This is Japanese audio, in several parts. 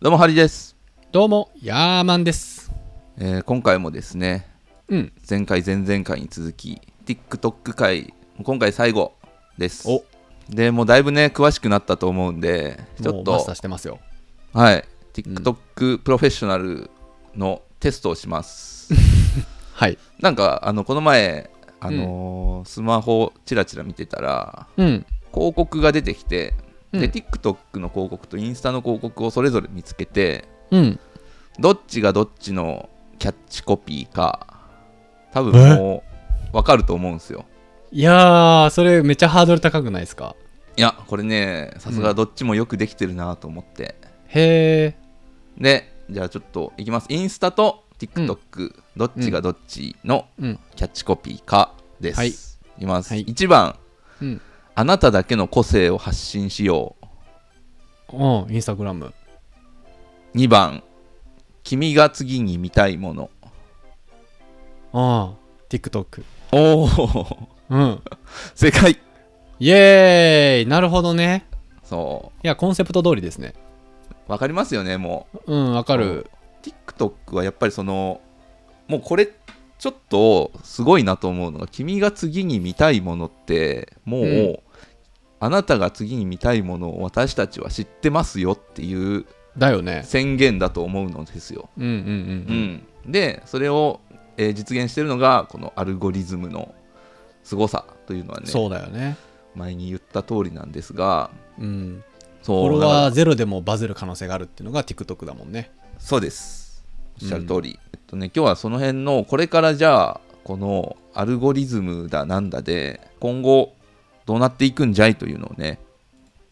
どうもハリです、どうも、ヤーマンです。えー今回もですねうん。前回前々回に続き TikTok 回今回最後ですおでもうだいぶね詳しくなったと思うんでちょもっうマスターとしてますよ。はいうん TikTok プロフェッショナルのテストをし ます、はい。なんかあのこの前あのースマホチラチラ見てたらうん。広告が出てきて、うでん TikTok の広告とインスタの広告をそれぞれ見つけてうん。どっちがどっちのキャッチコピーか多分もう分かると思うんですよいやー、それめっちゃハードル高くないですかいやこれねさすがどっちもよくできてるなと思って、へでじゃあちょっといきますインスタと TikTok、どっちがどっちのー。うん。キャッチコピーかです、はいい、きます、はい1番うん。あなただけの個性を発信しよううん、インスタグラム。 2番君が次に見たいものあー、TikTok。おお うん。 正解イエーイなるほどね。そいや、コンセプト通りですね。う分かりますよねもううん、わかる。 TikTok はやっぱりそのもうこれちょっとすごいなと思うのが君が次に見たいものってもう、うんあなたが次に見たいものを私たちは知ってますよっていうだよね。宣言だと思うのですよ。うんうんううんん、でそれを、えー実現してるのがこのアルゴリズムの凄さというのはうん。ねそうだよね。前に言った通りなんですがうん。そフォうロだかワーらゼロでもバズる可能性があるっていうのが TikTok だもんね。そうですおっしゃる通り、えっとね今日はその辺のこれからじゃあこのアルゴリズムだなんだで今後どうなっていくんじゃいというのをね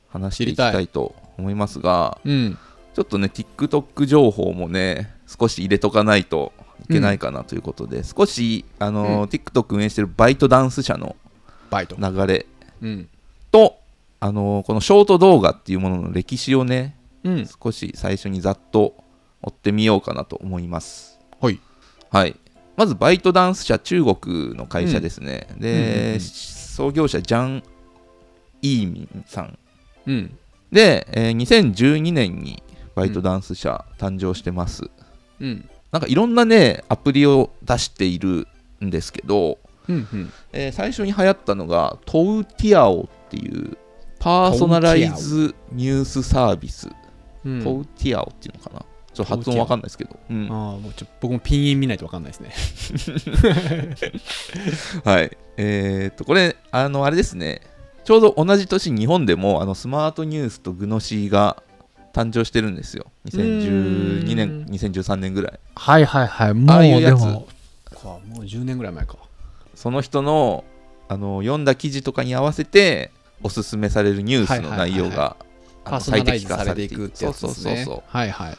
話していきた知いと思いますがうん。ちょっとね TikTok 情報もね少し入れとかないといけないかなということで、少しあの、うん TikTok 運営してるバイトダンス社のバイト。流れうん。とあのこのショート動画っていうものの歴史をねうん。少し最初にざっと追ってみようかなと思います。はい。はい、まずバイトダンス社中国の会社ですね、うんうんで、うん創業者ジャン・イーミンさんうん。で、えー2012年にバイトダンス社誕生してます、うん。なんかいろんなねアプリを出しているんですけど、うん。うん。えー最初に流行ったのがトウティアオっていうパーソナライズニュースサービスうんトウティアオっていうのかなちょっと発音わかんないですけど、うんああ、もうちょ僕もピンイン見ないと分かんないですね。はい。えーっと、これ、あの、あれですね。ちょうど同じ年、日本でも、あの、スマートニュースとグノシーが誕生してるんですよ。2012う年、ーん2013年ぐらい。はいはい はい。もああいうやつかもう10年ぐらい前か。その人の、あの、読んだ記事とかに合わせて、おすすめされるニュースのはいはいはいはい内容が、あパーのソナ最ライ適ズ化さされれてていいくく。ってやつそでうすそうそうねそう。。はいはい。っ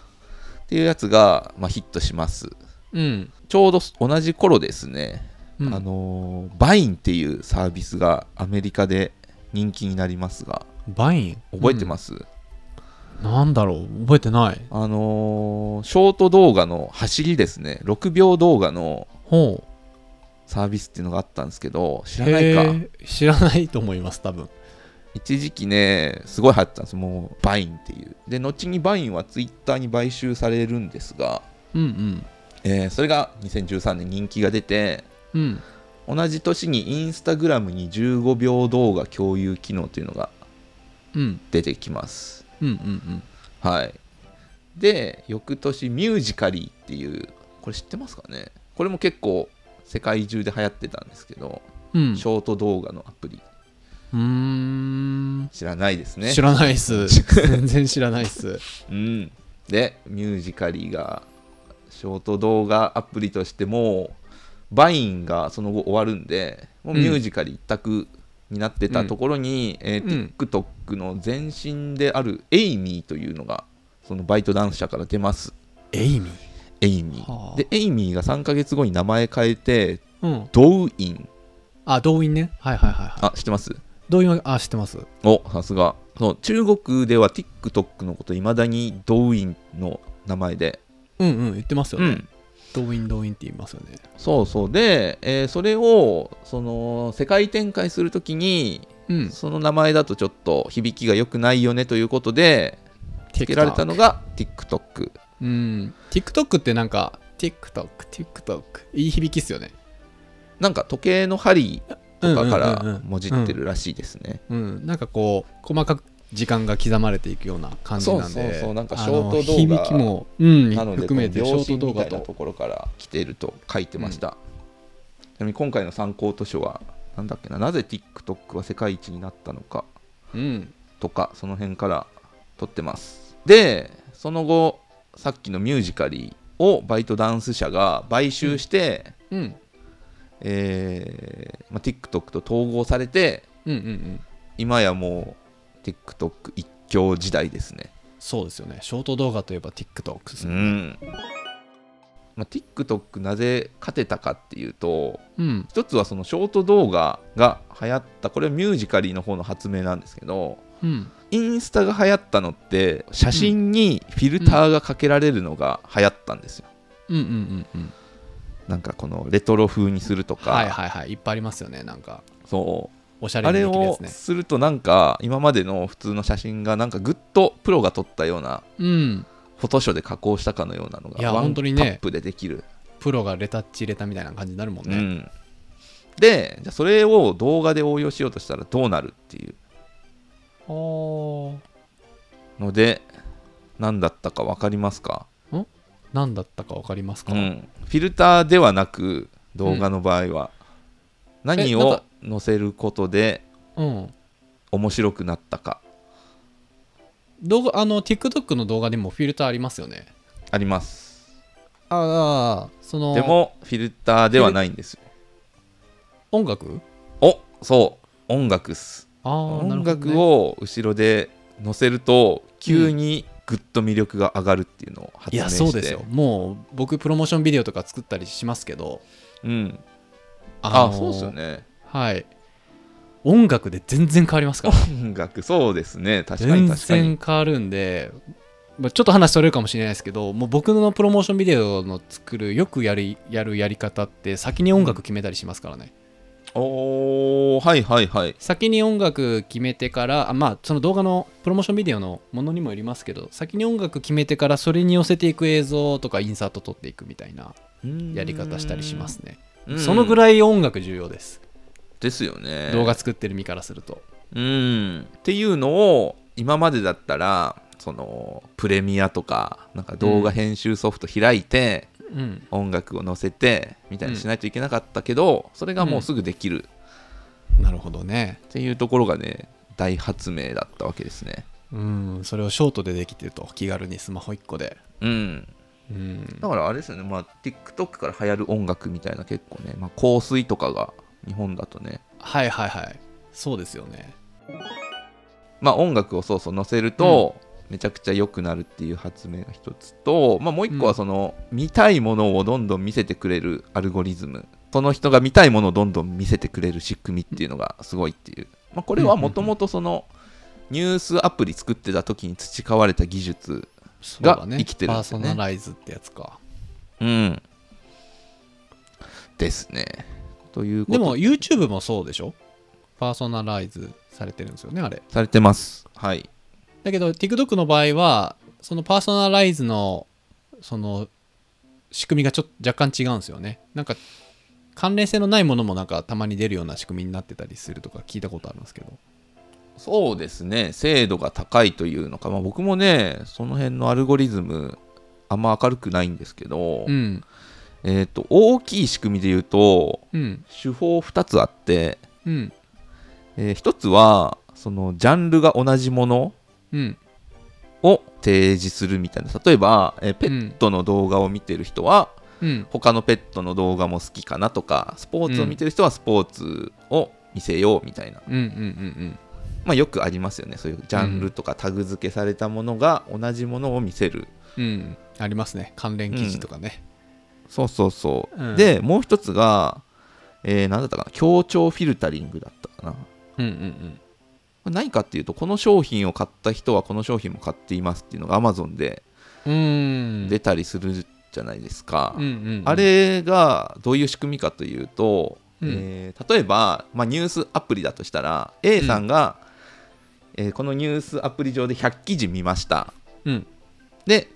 ていうやつが、まあ、ヒットします。うん。ちょうど同じ頃ですね、うんあの、バインっていうサービスがアメリカで人気になりますが、バイン、覚えてますす、うんなんだろう覚えてない。あのーショート動画の走りですね6秒動画のほう。サービスっていうのがあったんですけど知らないへかー知らないと思います、多分。一時期ねすごい流行ってたんですもうバインっていうで後にバインはツイッターに買収されるんですが、うんえーそれが2013年人気が出てうん。うん。同じ年にインスタグラムに15秒動画共有機能というのがうん。出てきますうんうんはいで翌年ミュージカリーっていうこれ知ってますかねこれも結構世界中で流行ってたんですけど、うん。うん。ショート動画のアプリうーん。知らないですね知らない っす。全然知らないっす。うん、でミュージカリーがショート動画アプリとしてもうバインがその後終わるんでもうミュージカリー一択になってたところに、えー TikTok の前身であるエイミーというのがそのバイト男子社から出ますエイミー。エイミー、はあでエイミーが3ヶ月後に名前変えてうん。ドウインあ、動員ね。はいはいはいはい。あ知ってます動員は、あ、知ってます。おさすがそう中国では TikTok のこといまだにドウインの名前で、うんうん、言ってますようね。ん動員動員って言いますよね。そうそうで、えーそれをその世界展開するときにうん。その名前だとちょっと響きが良くないよねということでつけられたのが TikTok うん。TikTok ってなんか、TikTok、TikTok。いい響きっすよね。なんか時計の針とかかうんうんうんらうんもじってるらしいですね、うん、なんかこう細かく時間が刻まれていくような感じなんでそうそうそうなんかあのショート動画響きも、うん、なので含めてショ秒針ートみ動画たいなとところから来てると書いてました、ちなみに今回の参考図書はなんだっけななぜ TikTok は世界一になったのかうんとかその辺から撮ってますでその後さっきのミュージカリーをバイトダンス社が買収して、うんえーまあ、TikTok と統合されてうんうんうん今やもう TikTok 一強時代ですねそうですよねショート動画といえば TikTok ですうねん、まあ、TikTok なぜ勝てたかっていうとうん一つはそのショート動画が流行ったこれはミュージカリーの方の発明なんですけどうんインスタが流行ったのって写真にフィルターがかけられるのが流行ったんですよ、うんうんうんうんなんかこのレトロ風にするとか、はいはいはいいっぱいありますよねなんかそうおしゃれあにれできるやをつねするとなんか今までの普通の写真がなんかぐっとプロが撮ったようなうんフォトショーで加工したかのようなのいがやワン本タ当にねップでできる、プロがレタッチ入れたみたいな感じになるもんうね、ん、でじゃあそれを動画で応用しようとしたらどうなるっていうあーので何だったか分かりますか、何だったか分かりますうか、ん、フィルターではなく動画の場合は、何えなんをか載せることでうん面白くなったか動画あの TikTok の動画でもフィルターありますよねありますああそのでもフィルターではないんですよ音楽おそう音楽っすああ音楽を後ろで乗せると急にぐっと魅力が上がるっていうのを発い明やしてそうですよもう僕プロモーションビデオとか作ったりしますけどうん、あのーそうですよねはい音楽で全然変わりますから音楽そうですね確かに全確かに然変わるんで、まあ、ちょっと話それるかもしれないですけどもう僕のプロモーションビデオの作るよくやるやるやり方って先に音楽決めたりしますからね、おーはいはいはい先に音楽決めてからあまあその動画のプロモーションビデオのものにもよりますけど先に音楽決めてからそれに寄せていく映像とかインサート撮っていくみたいなやり方したりしますねうんそのぐらい音楽重要ですですよね動画作ってる身からすると。うんっていうのを今までだったらそのプレミアとかなんか動画編集ソフト開いて、うん。音楽を載せてみたいにしないといけなかったけど、それがもうすぐできるなるほどね。っていうところがね大発明だったわけですねうん。それをショートでできてると、気軽にスマホ1個で。うんうん。だからあれですよね、まあ、TikTok から流行る音楽みたいな結構ね、まあ、香水とかが日本だとねはいはいはい。そうですよね。まあ音楽をそうそう載せると、めちゃくちゃ良くなるっていう発明が一つと、まあ、もう一個うはんその、見たいものをどんどん見せてくれるアルゴリズムその人が見たいものをどんどん見せてくれる仕組みっていうのがすごいっていう、まあ、これはもともとそのニュースアプリ作ってた時に培われた技術そうがだね。生きてるんパでーすよソねナライズってやつか。うんですねということでも YouTube もそうでしょパーソナライズされてるんですよね、あれ。されてますはいだけど TikTok の場合は、そのパーソナライズの、その、仕組みがちょっと若干違うんですよね。なんか、関連性のないものもなんかたまに出るような仕組みになってたりするとか聞いたことあるんですけど。そうですね精度が高いというのか、まあ、僕もねその辺のアルゴリズムあんま明るくないんですけど、うん。えっ、と大きい仕組みで言うとうん。手法2つあって、うん。え1つはそのジャンルが同じものうん。を提示するみたいな例えば、えーペットの動画を見てる人はうん。他のペットの動画も好きかなとかスポーツを見てる人はスポーツを見せようみたいなうん。うん。うん。まあ、よくありますよねそういうジャンルとかタグ付けされたものが同じものを見せる、うん。うん。ありますね。関連記事とかね。そうそうそう、うんでもう一つが、えー、何だったかな協調フィルタリングだったかなこうん。うん。うん。れ何かっていうとこの商品を買った人はこの商品も買っていますっていうのが Amazon でうーん。出たりするじゃないですか、うん。うん。あれがどういう仕組みかというと、うんえー例えば、まあ、ニュースアプリだとしたら A さんが、えーこのニュースアプリ上で100記事見ましたうんで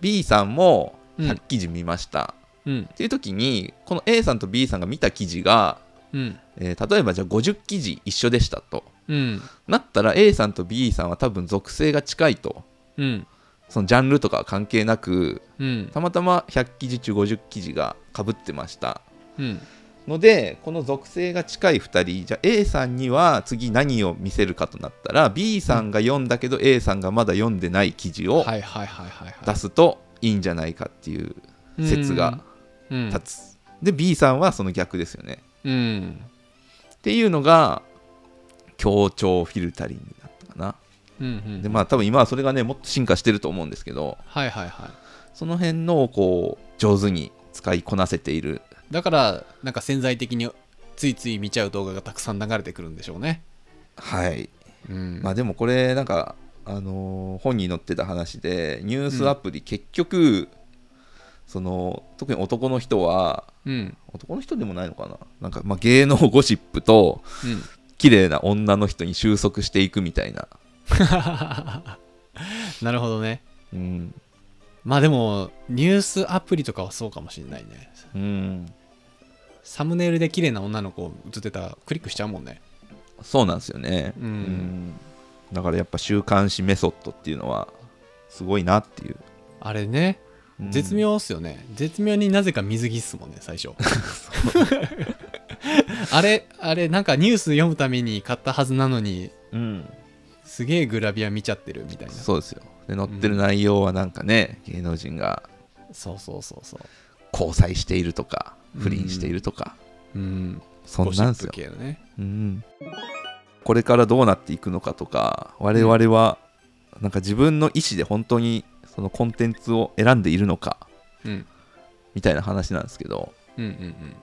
B さんもうん100記事見ました、うんっていう時にこの A さんと B さんが見た記事が、うんえー例えばじゃあ50記事一緒でしたとうんなったら A さんと B さんは多分属性が近いとうんそのジャンルとかは関係なくうんたまたま100記事中50記事がかぶってましたうんのでこの属性が近い2人じゃあ A さんには次何を見せるかとなったら B さんが読んだけど A さんがまだ読んでない記事をはいはいはいはいはい出すといいんじゃないかっていう説がうん立つ、で B さんはその逆ですよねうんっていうのが協調フィルタリングだったかなうんうんでまあ多分今はそれがねもっと進化してると思うんですけどはいはいはいその辺のをこう上手に使いこなせているだからなんか潜在的についつい見ちゃう動画がたくさん流れてくるんでしょうねはいうんまあでもこれなんか、あのー本に載ってた話でニュースアプリ結局、その特に男の人はうん男の人でもないのかななんか、まあ、芸能ゴシップとうん綺麗な女の人に収束していくみたいな、なるほどねうんまあでもニュースアプリとかはそうかもしれないねうん、サムネイルで綺麗な女の子映ってたらクリックしちゃうもんねそうなんですよね、うんうんだからやっぱ週刊誌メソッドっていうのはすごいなっていう、あれねうん絶妙っすよね、絶妙になぜか水着っすもんね最初あれあれなんかニュース読むために買ったはずなのにうんすげえグラビア見ちゃってるみたいなそうですよで載ってる内容はなんかね、芸能人がそうそうそうそう交際しているとか不倫しているとか、うんそんなんですよゴ、シップ系のねうん、これからどうなっていくのかとか我々はなんか自分の意思で本当にそのコンテンツを選んでいるのかうんみたいな話なんですけど、うんうん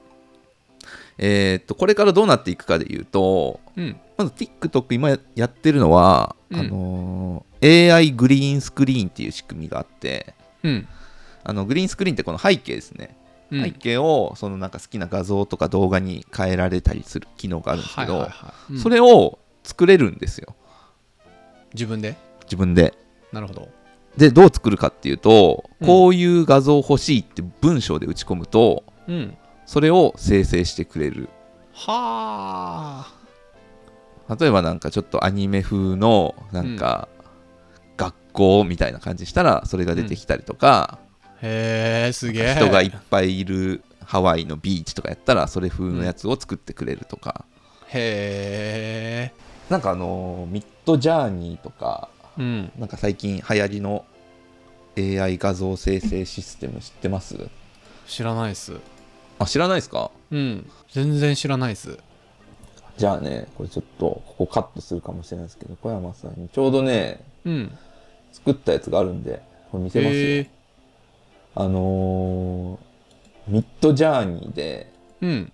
えーっとこれからどうなっていくかで言うとうんうんまず TikTok 今やってるのは、うんあのー AI グリーンスクリーンっていう仕組みがあってうんあのグリーンスクリーンってこの背景ですね、うん背景をそのなんか好きな画像とか動画に変えられたりする機能があるんですけど、はいはいはいうんそれを作れるんですよ自分で自分でなるほどでどう作るかっていうと、うんこういう画像欲しいって文章で打ち込むとうんそれを生成してくれるはあ例えばなんかちょっとアニメ風のなんか、学校みたいな感じしたらそれが出てきたりとか、へえすげえ人がいっぱいいるハワイのビーチとかやったらそれ風のやつを作ってくれるとか、へえなんかあのーミッドジャーニーとかうんなんか最近流行りの AI 画像生成システム知ってます知らないっすあ知らないですかうん全然知らないっすじゃあね、これちょっと、ここカットするかもしれないですけど、小山さんにちょうどね、うん作ったやつがあるんで、これ見せますよ。へえあのー、ミッドジャーニーで、うん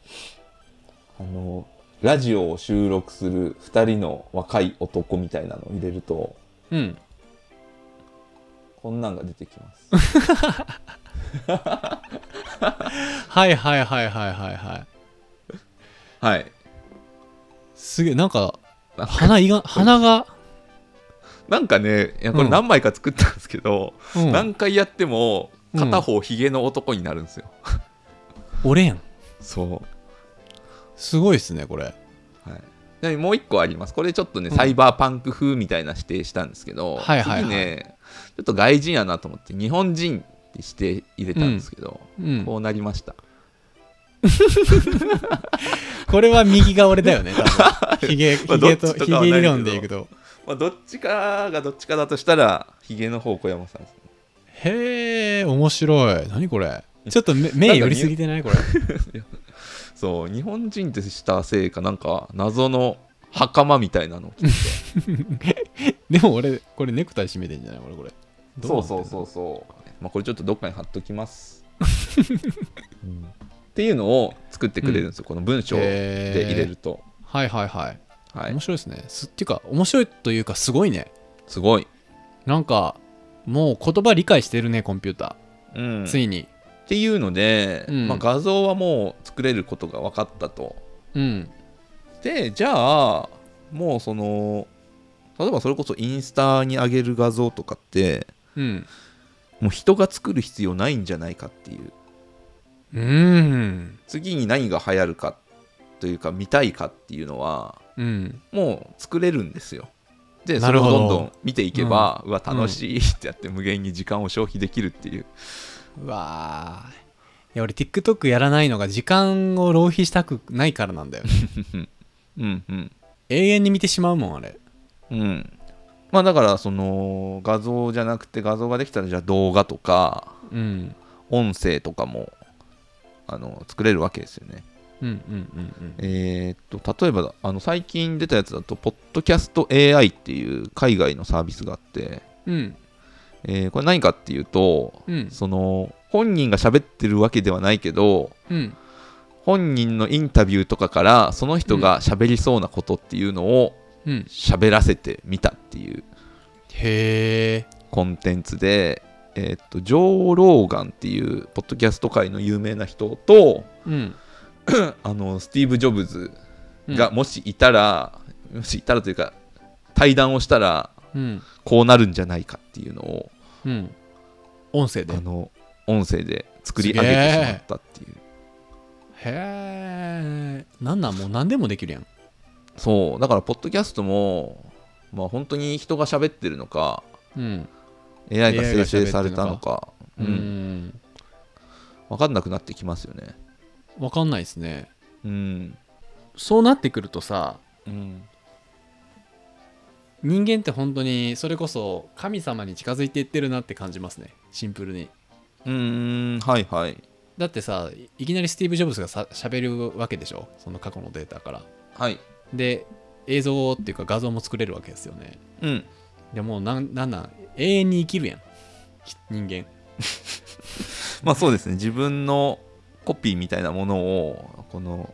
あのーラジオを収録する二人の若い男みたいなのを入れると、うんこんなんが出てきます。はいはいはいはいはいはいはい。すげえなんかなんか鼻いが鼻が なんかね、いやこれ何枚か作ったんですけど、うん何回やっても、うん片方ヒゲの男になるんですよ。俺やんそう。すごいっすねこれはい、ちなみにもう一個ありますこれちょっとね、サイバーパンク風みたいな指定したんですけど、はいはいはい次ねちょっと外人やなと思って日本人って指定入れたんですけど、うんこうなりましたこれは右が俺だよね多 分ひげひまあげとどっちとひかはないけげど理論でいくとまあ、どっちかがどっちかだとしたらヒゲの方小山さんですねへえ面白い何これちょっと目目寄りすぎてないこれそう日本人ってしたせいかなんか謎の袴みたいな のを着て でも俺これネクタイ締めてんじゃない俺これそうそうそううそう、まあ、これちょっとどっかに貼っときます、うんっていうのを作ってくれるんですよ、この文章でへ入えれると、はいはいはい、はい面白いですねすっていうか面白いというかすごいねすごい、なんかもう言葉理解してるねコンピュータうんー、ついにっていうので、うんまあ、画像はもう作れることが分かったと。うんでじゃあもうその例えばそれこそインスタに上げる画像とかってうんもう人が作る必要ないんじゃないかっていううん次に何が流行るかというか見たいかっていうのはうんもう作れるんですよでなそれるをほどどんどん見ていけば、うわ楽しいってやって無限に時間を消費できるっていううわーいや俺 TikTok やらないのが時間を浪費したくないからなん だよねうんうん永遠に見てしまうもんあれうんまあだからその画像じゃなくて画像ができたらじゃあ動画とかうん音声とかもあの作れるわけですよねうんうんうんえーっと例えばあの最近出たやつだとポッドキャスト AI っていう海外のサービスがあって、うんうんえーこれ何かっていうとうんその本人が喋ってるわけではないけどうん本人のインタビューとかからその人が喋りそうなことっていうのをうん喋らせてみたっていうへえコンテンツで、えーっとジョー・ローガンっていうポッドキャスト界の有名な人 とうんあのスティーブ・ジョブズうんがもしいたら、もしいたらというか対談をしたらうんこうなるんじゃないかっていうのをうん音声であへの音声で作り上げてしまったっていうえなんなんもう何でもできるやんそうだからポッドキャストもまあ本当に人が喋ってるのかうん AI が AI が生喋ってるのか成されたのかううん、ん分かんなくなってきますよねわかんないですねうん、そうなってくるとさうん、人間って本当にそれこそ神様に近づいていってるなって感じますねシンプルにうーんはいはいだってさいきなりスティーブ・ジョブズがさ喋るわけでしょその過去のデータからはいで映像っていうか画像も作れるわけですよねうんでもうなんなんなん永遠に生きるやんき人間まあそうですね自分のコピーみたいなものをこの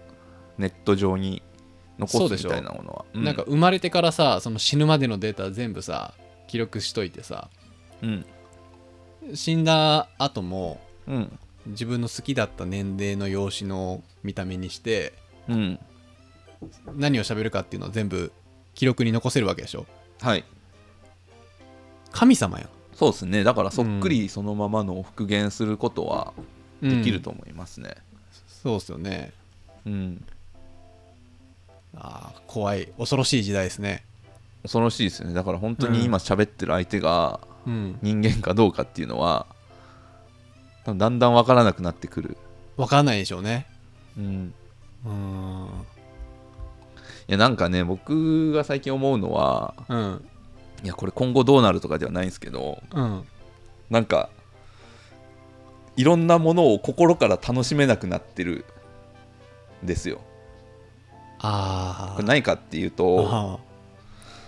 ネット上にそ残うでしすょみたいなものはうなんか生まれてからさその死ぬまでのデータ全部さ記録しといてさうん死んだ後もうん自分の好きだった年齢の容姿の見た目にしてうん何を喋るかっていうのを全部記録に残せるわけでしょはい神様やそうですねだからそっくりそのままのを復元することはんできるとうん思いますねそうっすよねうんあー怖い恐ろしい時代ですね恐ろしいですよねだから本当に今喋ってる相手がうん人間かどうかっていうのは多分だんだん分からなくなってくる、分かんないでしょうねうん、うーんいやなんかね僕が最近思うのはうんいやこれ今後どうなるとかではないんですけどうんなんかいろんなものを心から楽しめなくなってるんですよ。あこーれ何かっていうとあ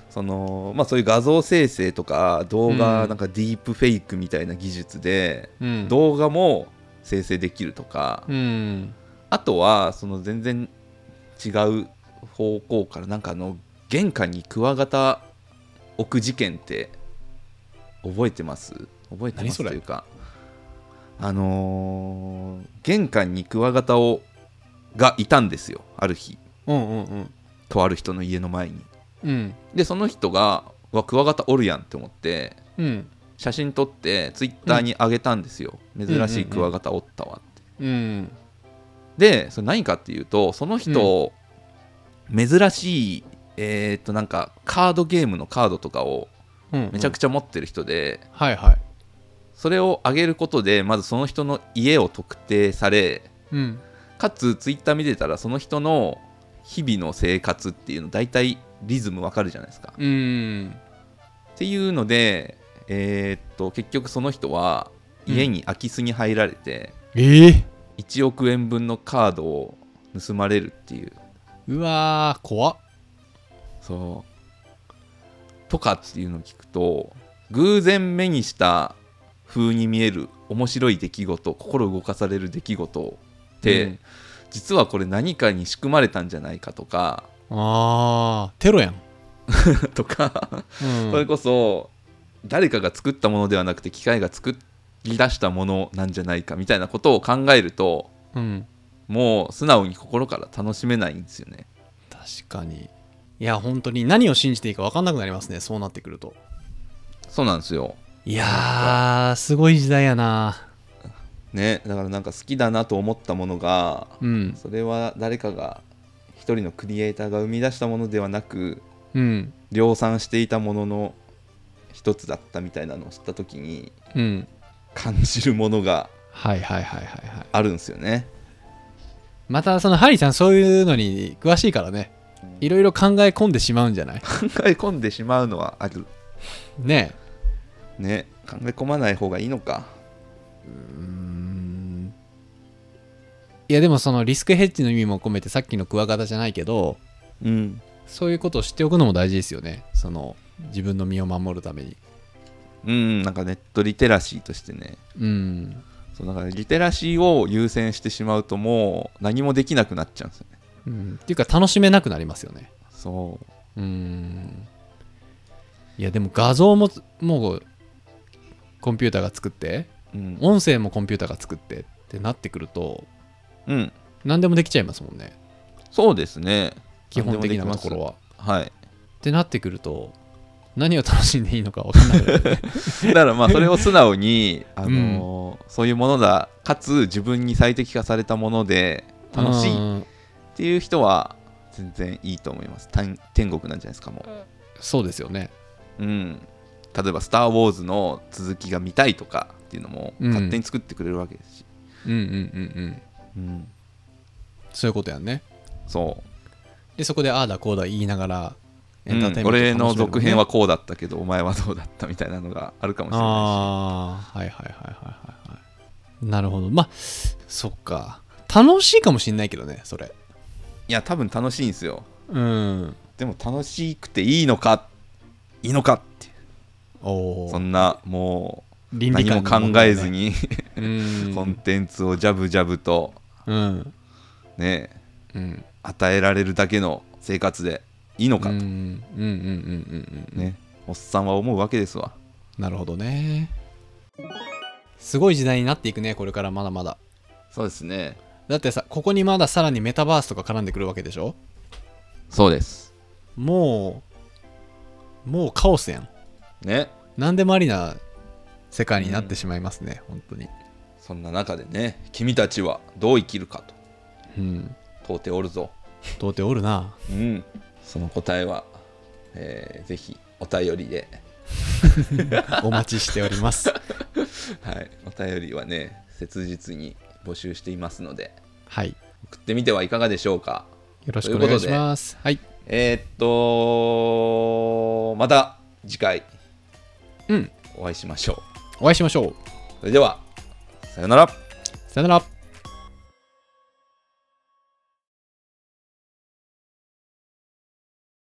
その、まあ、そういう画像生成とか動画、うんなんかディープフェイクみたいな技術で、ーうん動画も生成できるとか、うんあとはその全然違う方向からなんかあの玄関にクワガタ置く事件って覚えてます覚えて何まそすれというかあのー玄関にクワガタをがいたんですよある日うんうんうんとある人の家の前にうんでその人が「うわクワガタおるやん」って思ってうん写真撮ってツイッターに上げたんですよ、珍しいクワガタおったわってうんでそれ何かっていうとその人、珍しいえーっとなんかカードゲームのカードとかをうんめちゃくちゃ持ってる人で、はいはいそれをあげることでまずその人の家を特定されうんかつツイッター見てたらその人の日々の生活っていうの大体リズムわかるじゃないですか。うんっていうのでえーっと結局その人は家に空き巣に入られて、ええ1億円分のカードを盗まれるっていううわー怖っそうとかっていうのを聞くと偶然目にした風に見える面白い出来事心動かされる出来事って、うん実はこれ何かに仕組まれたんじゃないかとか あーテロやん、とか、うん、それこそ誰かが作ったものではなくて機械が作り出したものなんじゃないかみたいなことを考えるとうんもう素直に心から楽しめないんですよね。確かにいや本当に何を信じていいか分かんなくなりますねそうなってくるとそうなんですよ。いいやーすごい時代やなねだからなんか好きだなと思ったものがうんそれは誰かが一人のクリエイターが生み出したものではなくうん量産していたものの一つだったみたいなのを知った時にうん感じるものがはいはいはいはいはいあるんですよねまたそのハリーちゃんそういうのに詳しいからねいろいろ考え込んでしまうんじゃ ない考え込んでしまうのはあるねね考え込まない方がいいのかいやでもそのリスクヘッジの意味も込めてさっきのクワガタじゃないけどうんそういうことを知っておくのも大事ですよねその自分の身を守るためにうんなんかネットリテラシーとしてねうんそうだからリテラシーを優先してしまうともう何もできなくなっちゃうんですよねうん、っていうか楽しめなくなりますよねそううんいやでも画像ももうコンピューターが作ってうん、音声もコンピューターが作ってってなってくるとうん、何でもできちゃいますもんねそうですね基本的何なでもでときこますろははいってなってくると何を楽しんでいいのか分かんないだからまあそれを素直 に、あのーそういうものだかつ自分に最適化されたもので 楽しいっうんていう人は全然いいと思います天天国なんじゃないですかもそうですよねう、うん、例えば「スター・ウォーズ」の続きが見たいとかっていうのもうん勝手に作ってくれるわけですし、うんうんうんうんうんそういうことやんねそでそこでああだこうだ言いながらう、うん、俺の続編ははこうだったけどお前はどうだったみたいなのがあるかもしれなああはいはいはいはいはいはいなるほどまあそっか楽しいかもしんないけどねそいれしいや多分楽しいんですようんでも楽しくていいのかいいのかっておおそんなもう倫何も観の問考題えねずにうんコンテンツをジャブジャブとうんねうん与えられるだけの生活でいいのうんうかんうんうとんうんうんねおっさんは思うわけですわなるほどねすごい時代になっていくねこれからまだまだそうですねだってさここにまださらにメタバースとか絡んでくるわけでしょそうですもうもうカオスやんね何でもありな世界になってしまいますね、本当にそんな中でね君たちはどう生きるかとうん問うておるぞ童貞おるなうんその答えは、えーぜひお便りでお待ちしております。はいお便りはね切実に募集していますのではい。送ってみてはいかがでしょうかよろしくお願いします。はい。えーっとまた次回うん。お会いしましょお会いしましょう。うそれではさようならさよなら。